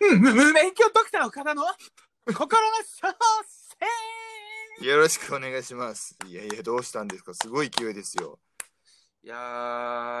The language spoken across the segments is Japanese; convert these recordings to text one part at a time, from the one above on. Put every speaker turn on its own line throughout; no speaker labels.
む無免許ドクター岡田の心の小生
よろしくお願いします。いやいや、どうしたんですかすごい勢いですよ。
いや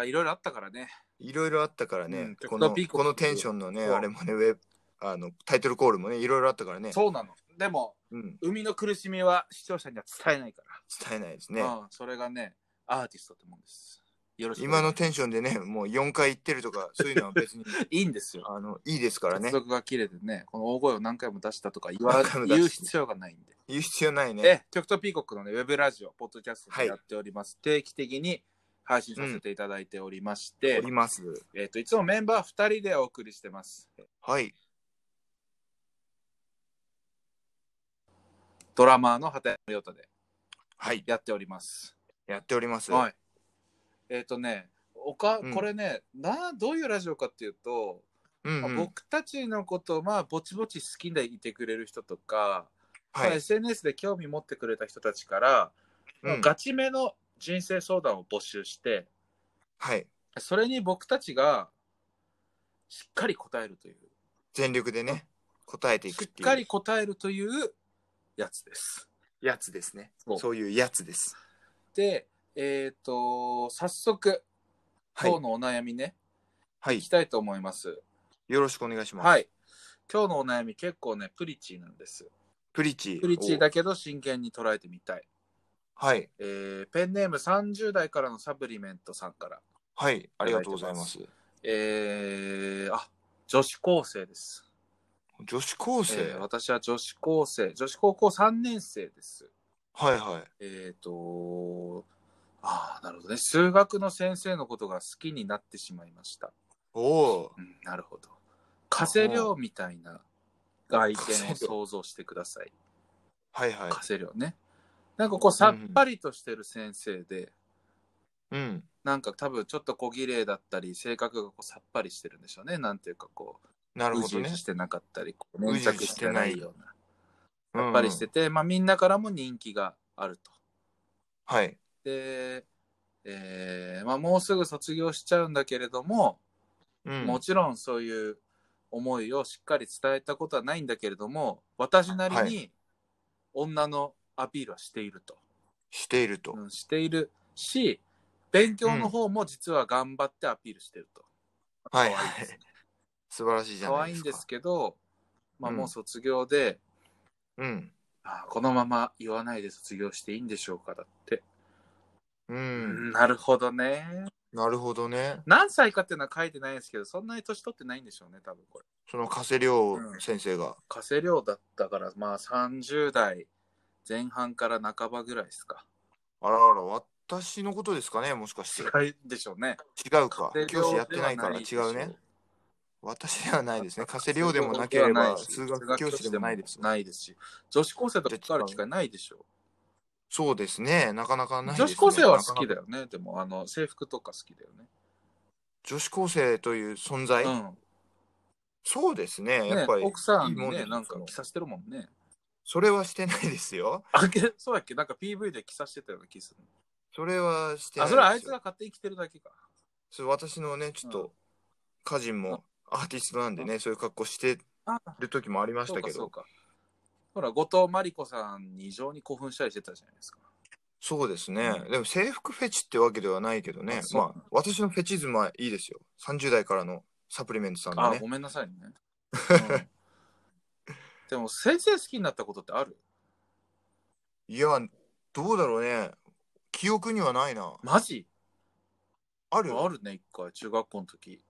ー、いろいろあったからね。
いろいろあったからね、
うん
この
トピック
このテンションのね、
そう
あれもね、ウェブあのタイトルコールもね、いろいろあったからね、
そうなの。でも、
うん、
生みの苦しみは視聴者には伝えないか
伝えないですね
ら。。うん、それがね、アーティストってもんです。よろしく。
今のテンションでね、もう4回言ってる とか、そういうのは別に
いいんですよ。
あのいいですから
接
ね、
続が切れてね、この大声を何回も出したとか言わ
何回も出して
言う必要がないんで。
言う必要ないね。
え、極東ピーコックのね、ウェブラジオ、ポッドキャストでやっております。定期的に配信させていただいておりまして、
おります。
えっ、と、いつもメンバー2人でお送りしてます。
はい、
ドラマーの畑山亮太で
はい、
やっております。
やっております。
はい。えっ、とね、おか
うん
これね、などういうラジオかっていうと、
うん
ま
う
あ
ん、
僕たちのことをまあぼちぼち好きでいてくれる人とか、
は
まあ
い、
SNS で興味持ってくれた人たちから、まあ
うん
ガチめの人生相談を募集して
はい、
それに僕たちがしっかり答えるという
全力でね、答えていく
し
っ
って
いう。
かり答えるというやつです。
やつですね。
そう
そういうやつです。
で、えっ、と、早速、
はい
今日のお悩みね、
はい
い、き、たいと思います。
よろしくお願いします。
はい。今日のお悩み結構ね、プリチーなんです。
プリチ。
プリチーだけど真剣に捉えてみたい。
おはい、
えーペンネーム30代からのサプリメントさんから。
はい、ありがとうございます。
えーあ、女子高生です。
女子高生、
えー私は女子高生、女子高校3年生です。
はいはい。
えっ、と、ああ、なるほどね。数学の先生のことが好きになってしまいました。
おお
うん、なるほど。稼量みたいな外見を想像してください。
ー、はいはい。
稼量ね。なんかこう、さっぱりとしてる先生で、
うん、
なんか多分ちょっと小綺麗だったり、性格がこうさっぱりしてるんでしょうね。なんていうかこ
な
う、
る
う
ほ
じ
ど
う
ね
じ。してなかったり、こう
う
粘
じう
着
じ
し
しててな
ないいような。さっぱりしてて、まあみんなからも人気があると。
はい。
で、えーまあ、もうすぐ卒業しちゃうんだけれども、
うん
もちろんそういう思いをしっかり伝えたことはないんだけれども私なり
は
に女のアピールはしていると、
していると。
うん、しているし勉強の方も実は頑張ってアピールしてると、
は
可愛
い
い
は
で
い
す。
素晴らしいじゃ
可
ない
愛いん
です
で
か。
すけど、まあ、
うん
もう卒業で、
うん。
あーこのまま言わないで卒業していいんでしょうかだって、
うん。
なるほどね
なるほどね。
何歳かっていうのは書いてないんですけどそんなに年取ってないんでしょうね多分これ。
その加瀬亮
うん
先生が。
稼量だったから、まあ30代前半から半ばぐらいですか。
あらあら、私のことですかね、もしかして。
違いでしょうね。
違うか。教師やっ
稼量で
て
は
ないから違うね。。私ではな いですね。加瀬亮でもなけ
稼
れ
量では
ば
ないし
数学教師でもないです。
ないですし、女子高生とかかる機会ないでしょ
そうですね。なかなか
う、
ないです
女
ね。
子高生は好き
なかなか
だよね。でも、あの、制服とか好きだよね。
女子高生という存在、そうですね。
うん。
や
ね
っぱり。
奥さん
いいも
に
です
ね、
よ
なんか着させてるもんね。
それはしてないですよ。
あ、けそうだっけなんか PV で着させてたような気する。
それはしてない
あ、そ
です
れ
よ。
はあいつが勝手に着てるだけか。
そう私のね、ちょっ
うん
と、家人もアーティストなんでね、そういう格好して
あ
る時もありまし
そう
た
か
け
そう
ど、
か。ほら、後藤真理子さんに異常に興奮したりしてたじゃないですか。
そうですね、
うん
でも制服フェチってわけではないけどね
あ、そう
まあ、私のフェチズムはいいですよ。30代からのサプリメントさん
あ、
のね
ご。めんなさいね。 うんでも、先生好きになったことってある
いや、どうだろうね。記憶にはないな。
マジ
あ
あ
る
るあるね、一回、中学校の時。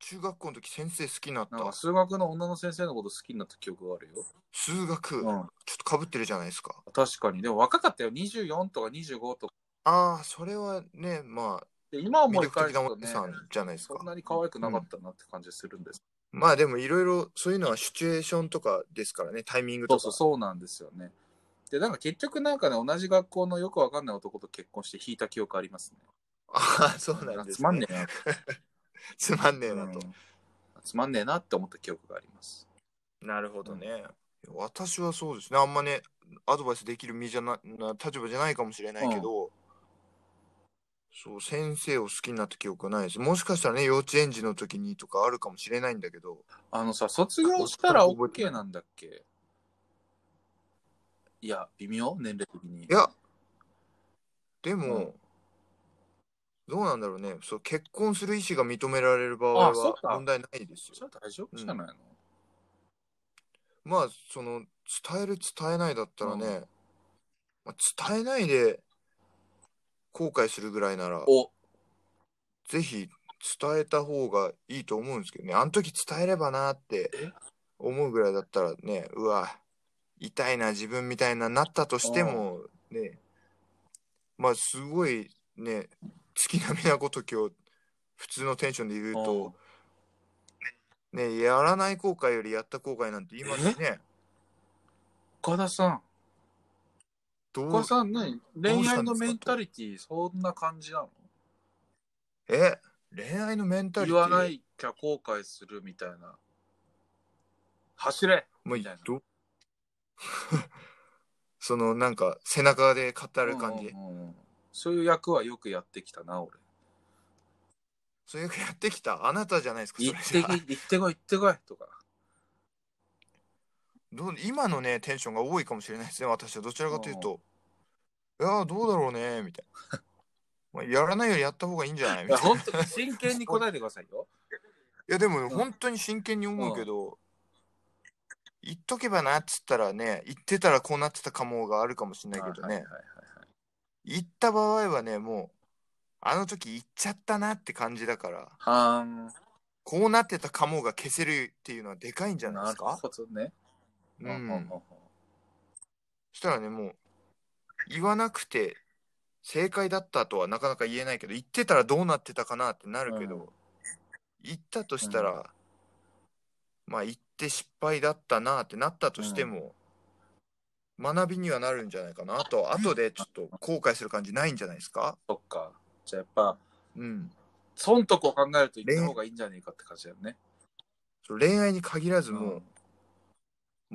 中学校の時先生好きになっ
なんか、
た。
数学の女の先生のこと好きになった記憶があるよ。
数学、ち
う
ょっ
ん。
とかぶってるじゃないですか。
確かに。でも、若かったよ。24とか25とか。
ああ、それはね、まあ、
で今思
魅
い返
力
す
的な
と
お
ね
姉、さんじゃないですか
そん。なに可愛くなかったなって感じするんです。
まあでもいろいろそういうのはシチュエーションとかですからね、タイミングと
そ
か。
うそう、そうなんですよね。で、なんか結局なんかね、同じ学校のよくわかんない男と結婚して引いた記憶ありますね。
ああ、 そうなんで
つ
す、ね。
まんねえな
つまんねえな
う
と。
んつまんねえなって思った記憶があります。
なるほどね。私はそうですね、あんまね、アドバイスできる身じゃなな立場じゃないかもしれないけど、そう、先生を好きになった記憶がないです。もしかしたらね、幼稚園児の時にとかあるかもしれないんだけど、
あのさ、卒業したら OK なんだっけいや、微妙年齢的に。
いや、でも、
うん
どうなんだろうね。そう、結婚する意思が認められる場合
あそっ
は
か
問題ないです
じ
よ。
ゃあ大丈夫じゃないの、
まあ、その、伝える伝えないだったらね、
うん
まあ、伝えないで後悔するぐらいなら、
お、
ぜひ伝えた方がいいと思うんですけどね。あの時伝えればなって
え
思うぐらいだったらね、うわ、痛いな、自分みたいななったとしても、ね、まあすごいね、月並みなこと今日、普通のテンションで言うと、ね、やらない後悔よりやった後悔なんて言いますしね。
岡田さん。
どう
岡田さん何、
どう
恋愛
したんですか
のメンタリティ、そんな感じなの
え、恋愛のメンタリテ
言
ィ
わないきゃ後悔するみたいな。走れ
もう
みたいな
ど そのなんか背中で語る感じ。
うんうんうんそういう役はよくやってきたな、俺。
そういうふうにやってきたあなたじゃないですか、そ
行
れ
っ
じ
て
ゃあ
き、行ってこい、行ってこい、とか。
どう今のね、テンションが多いかもしれないですね、私は。どちらかというと、いやー、どうだろうね、みたいな。 まあ、やらないよりやった方がいいんじゃない み
いや、
たいな。い
本当に真剣に答えてくださいよ。
や、でも本当に真剣に思うけど、言っとけばなっつったらね、言ってたらこうなってたかもがあるかもしれないけど
はいはい
ね
は、
言った場合はね、もう、あの時言っちゃったなって感じだか
い
ら、
はい。はーん。
こうなってたかもが消せるっていうのはでかいんじゃな
な
いです
る
か。
ほどね。
う
うんうんうん
ん。
うん
したらねもう言わなくて正解だったとはなかなか言えないけど言ってたらどうなってたかなってなるけど、
うん
言ったとしたら、まあ言って失敗だったなってなったとしても、学びにはなるんじゃないかなあと後でちょっと後悔する感じないんじゃないですか
そっか。じゃあやっぱ、
うん
損得を考えると言った方がいいんじゃねえかって感じだよね。
そう恋愛に限らず
う
もうん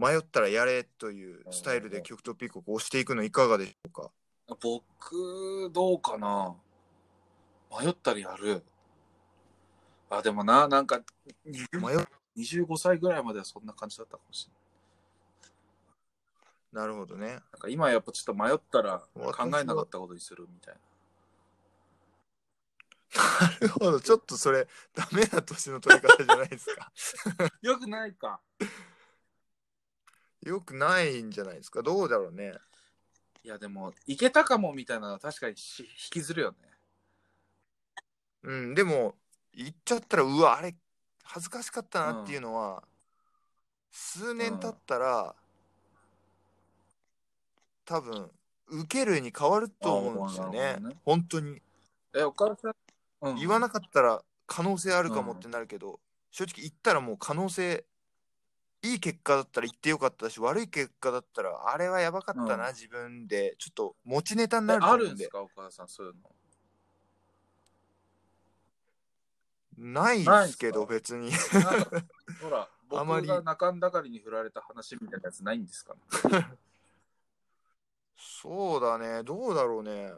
迷ったらやれというスタイルで曲とピーコを押していくのいかがでしょうか
僕、どうかな。迷ったらやる。あ、でもな、なんか、
迷っ
25歳ぐらいまではそんな感じだったかもしれない。
なるほどね
なんか今やっぱちょっと迷ったら考えなかったことにするみたいな。
なるほど、ちょっとそれ、ダメな年の取り方じゃないですか。
よくないか。
よくないんじゃないですか。どうだろうね。
いやでも、いけたかもみたいなのは確かにし引きずるよね。
うん、でも、言っちゃったら、うわ、あれ、恥ずかしかったなっていうのは、数年経ったら、多分、受けるに変わると思うんですよ
あーなる
ね
ほどね。
本当に。
え、お母さん、うん、
言わなかったら、可能性あるかも
うん
ってなるけど、正直言ったらもう可能性、いい結果だったら言ってよかったし、悪い結果だったら、あれはやばかったな、
う
自分で、ちょっと持ちネタに
え
なると
あ
思
る
うんん
で
で。
すか、お母さん、そういうの。
ない
ない
で
っす
すけど、
か
別に。
なんかほら、
あま
僕
り
が中んだかりに振られた話みたいなやつないんですか、
そうだね、どうだろうね。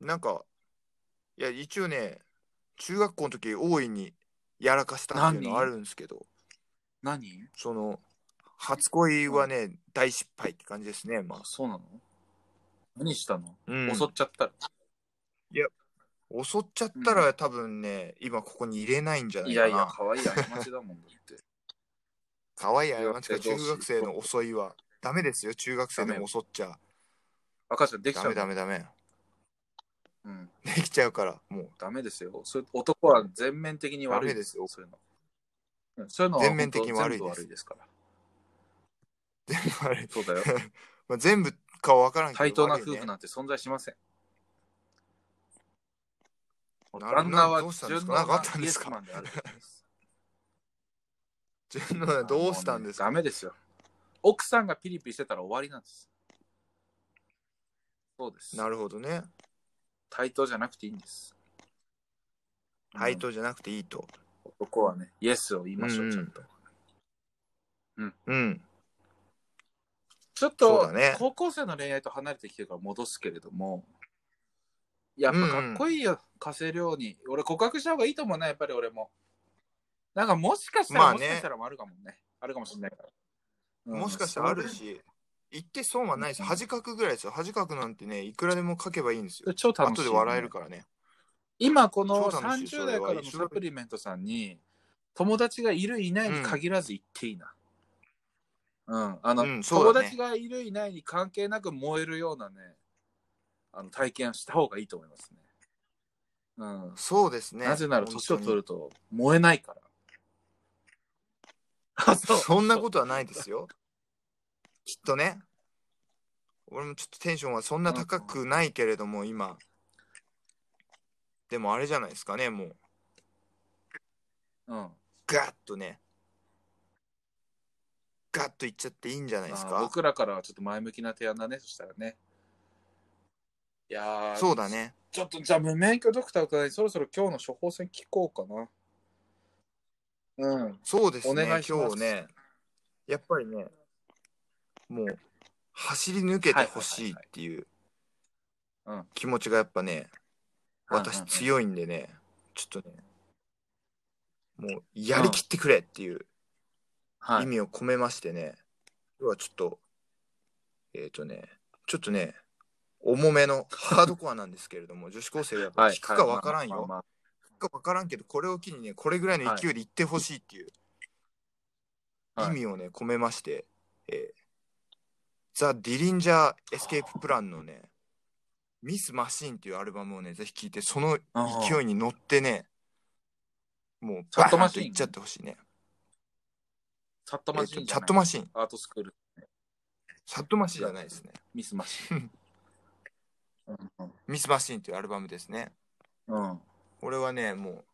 なんか、いや、一応ね、中学校の時、大いにやらかしたっていうのはあ
何
るんですけど、
何
その、初恋はね、大失敗って感じですね、まあ
あ、。そうなの何したの、
うん
襲っちゃったら。
襲っちゃったら、多分ね、今ここに入れないんじゃないいかな。
やいや、可愛い過ちだもんだって。
かわいい過ちか、
いや
中学生の襲いは。ダメですよ、中学生でも襲っちゃ。
赤ちゃんできち
ダ
ゃ
メ
う。
ダメダメ。
うん、
できちゃうから、もう。
ダメですよ。そういう男は全面的に悪い
ダメですよ
そういうの。うんそういうのは
全面的に悪い
本当全部
です
悪いです から。
全部あれ
そうだよ。
まあ、全部かわからんけど。
対等な夫
悪い
婦
ね
なんて存在しません。
なるほど
旦那は
どうしたん
純
です
の
かなんかあったん
イ
で
エ
す
ス
か
マンであるべきです。
自分のはどうしたんですか
もうねダメですよ。奥さんがピリピリしてたら終わりなんです。そうです。
なるほどね。
対等じゃなくていいんです。
配当じゃなくていいと。
うん男はね、イエスを言いましょ
うん
う、
うん
ちゃんと。
うん。
ちょっ
そう
と、
だね
高校生の恋愛と離れてきてるから戻すけれども、やっぱかっこいいよ、加瀬亮に。俺告白した方がいいと思うな、やっぱり俺も。なんかもしかしたら、
まあね
もしかしたらもあるかもね。あるかもしれないから。うん
もしかしたらある。し、言って損はないで
う
す。
ん
恥かくぐらいですよ。恥かくなんてね、いくらでも書けばいいんです
それ
よ。
超楽しい、
後で笑えるからね。
今この
超楽しい
30
それ
代
は
からのサプリメントさんに友達がいるいないに限らず言っていいな。うん、あの、
うんそ
友
うだね
達がいるいないに関係なく燃えるようなね、あの体験をした方がいいと思いますね。うん。
そうですね。
なぜなら年を取
る。
ると燃えないから。あ、そう。
そんなことはないですよ。きっとね。俺もちょっとテンションはそんな高くないけれども、今。でもあれじゃないですかね、もう。
うん。
ガッとね。ガッといっちゃっていいんじゃないです
あー
か。
僕らからはちょっと前向きな提案だね、そしたらね。いやー
そうだね。
ちょっとじゃあ無免許ドクターからそろそろ今日の処方箋聞こうかな。うん。
そうですね。
お願いします
今日ね、やっぱりね、もう、走り抜けてほしいっていう
はいはいはいうん
気持ちがやっぱね、
うん
私
うん
強いんでね、ちょっとね、もう、やりきってくれっていう
は
意
い。
味を込めましてね、今日はちょっと、えっ、ー、とね、ちょっとね、重めのハードコアなんですけれども、女子高生はやっぱ聞くかわからんよ。
まあまあ
か分からんけどこれを機にねこれぐらいの勢いでいってほしいっていう
はい
意味をね込めまして、えーザ・ディリンジャー・エスケープ・プランのね「ミス・マシーン」っていうアルバムをねぜひ聴いてその勢いに乗ってねもう
チャ
バ
ット
ー
マ
ン
シ
と
ーン
いっちゃってほしいね
チャット
え
マ
ー
シー
と
ン
チ
じ
ャ
ゃな
ッ
い。
トマシーン
アートスクール。
チャットマシーンじゃないですね
ミスマシーン。うん
ミス・マシーンっていうアルバムですね
うん。うん
これはねもう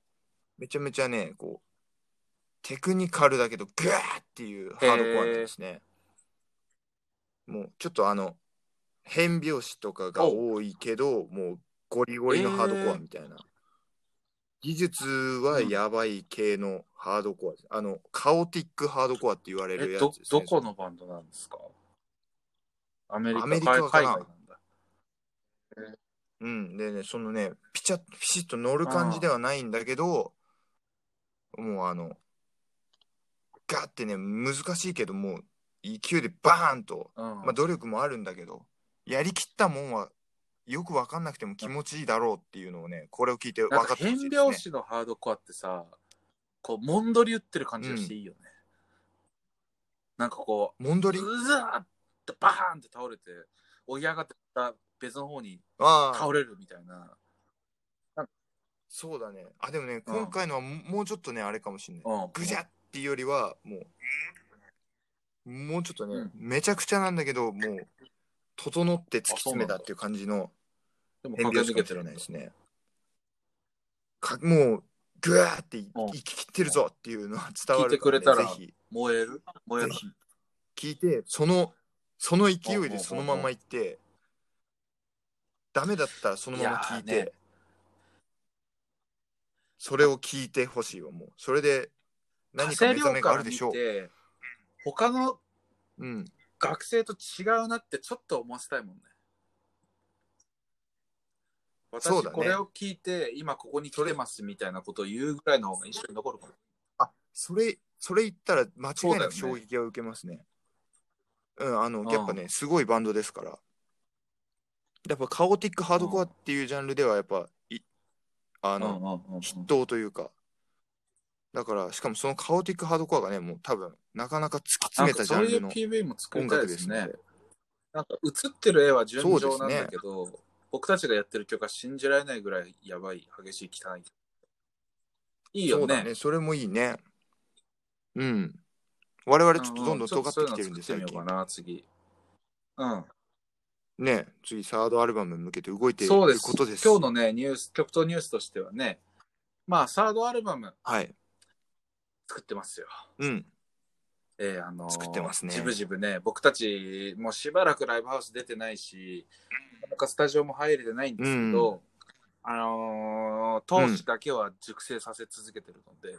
めちゃめちゃねこうテクニカルだけどグワーっていうハードコアなんですね、もうちょっとあの変拍子とかが多いけどもうゴリゴリのハードコアみたいな、技術はやばい系のハードコアです、あのカオティックハードコアって言われる
え、
や
ど
つで、すね
どこのバンドなんですかアメリカ、
アメリカかな
海外なんだ。
うん、でね、そのね、ピチャッ、ピシッと乗る感じではないんだけど、もうあの、ガってね、難しいけど、もう勢いでバーンと、
うん。
まあ努力もあるんだけど、やりきったもんはよくわかんなくても気持ちいいだろうっていうのをね、これを聞いて分
なん
か
か
ってほしい
変
です
拍
ね。
子のハードコアってさ、こう、もんどり打ってる感じがしていいよね。なんかこう、
もんどり
うずーってバーンって倒れて、追い上がってた別の方に
ああ
倒、れるみたいな。
そうだね。あ、でもね、
うん
今回のはももうちょっとね、あれかもしれない。
うん。
ぐじゃっていうよりは、もう、もうちょっとね、
うん
めちゃくちゃなんだけど、もう、整って突き詰めたっていう感じの
でも
変
駆け
拍
抜
子か
け
も
て
し
る
れ
ん
な
だ
いですね。かもう、ぐわーってい
うん
生ききってるぞっていうのは伝わ
聞いて
るから、ね、
くれたら
ぜひ、
燃える燃え
ぜ
る。
ひ、聞いて、その、その勢いでそのまま行って、ダメだったらそのまま聞
い
い
やー
て、
ね
それを聞いてほしいわ、もう。それで、何か
火
目
星
覚
寮
めが
か
あ
ら
るで
見
しょう。
て、他の
うん。
学生と違うなってちょっと思わせたいもんね。
そ
私
うだね
これを聞いて、今ここに来てますみたいなことを言うぐらいの方が一緒に残るかも。
あ、それ、それ言ったら間違いなく
そうだよ
衝
ね
撃を受けますね。うん、あ
う
の、
ん
やっぱね、すごいバンドですから。やっぱカオティックハードコアっていうジャンルでは、やっぱ、いあ
うんうん
の、
うんうん
筆頭というか。だから、しかもそのカオティックハードコアがね、もう多分、なかなか突き
なん
詰め
か
たジ
そ
ャ
う
ン
い
ル
う
の
PV も作
音
りたい
楽
で
ですす
ね
ね。。
なんか映ってる絵は純情なん
そう
だ
で
けど、僕たちがやってる曲は信じられないぐらいやばい、激しい、汚い。いい
そ
よ
うだ
ね。
ね、それもいいね。うん。我々ちょっとどんどん
ちょ
尖
と
ってきてるんで、
そういう
最
の作ってみよ
近
う。かな、次。うん。
ね、次、サードアルバムに向けて動いている
そうです。
ことです。
今日のね、ニュース、曲とニュースとしてはね、まあ、サードアルバム
はい。
作ってますよ。
うん。
えーあのー
作ってますね
ジブジブね、僕たち、もうしばらくライブハウス出てないし、なかなかスタジオも入れてないんですけど、あのー、投資だけは熟成させ続けてるので、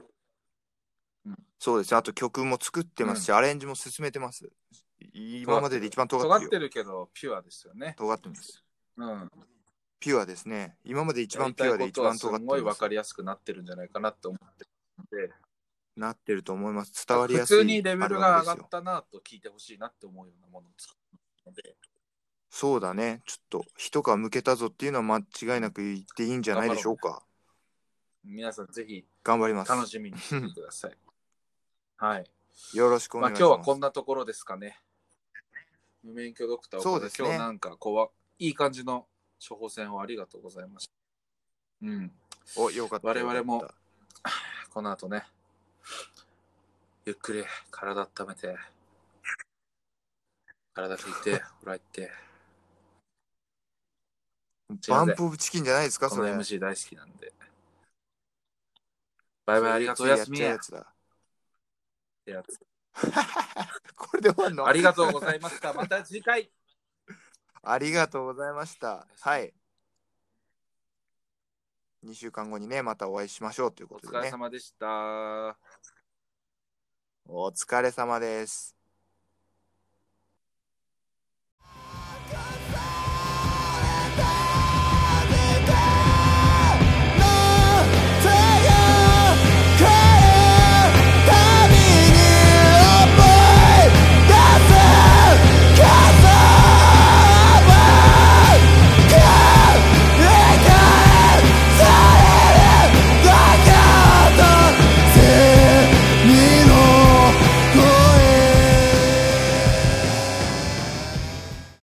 そうですね。あと曲も作ってますし、アレンジも進めてます。い今までで一番尖
尖
って
っ
るよ。
てるけど、ピュアですよね。
尖ってます。
うん。
ピュアですね。今まで一
や
番
り
ピ
た
ュア
いこ
で
と
一
は
番
す
尖って
ごい
ま
分
す
かりやすくなってるんじゃないかなって思ってる
なってると思います。伝
の
わり
で、普
やすい
通にレベルが上が
アルバムで
っ
すよ
たなと聞いてほしいなって思うようなものを作るので、
そうだね。ちょっと、一皮向けたぞっていうのは間違いなく言っていいんじゃないでしょうか。
皆さんぜひ
頑張ります。
楽しみにしててくだ さい。はい。
よろしくお
まあ
願い
今
し
日は
ます。
こんなところですかね。無免許ドクター岡田
そうですね
今日なんかこうはいい感じの処方箋をありがとうございました。うん。
お、よかった。
我々も
よかった
この後ね、ゆっくり体温めて、体拭 いて、ほら行って、すいま
バ
せん
ンプオブチキンじゃないですか、
こ
そ
の
れ。
MC 大好きなんで。バイバイありがとう、おやすみ
ついやっちゃうやつ
っ
だ
てやつ
これで終わるの
ありがとうございました。また次回。
ありがとうございました。はい。2週間後にね、またお会いしましょうという
お
こと
疲
で
れ
ね。
様でした。
お疲れ様です。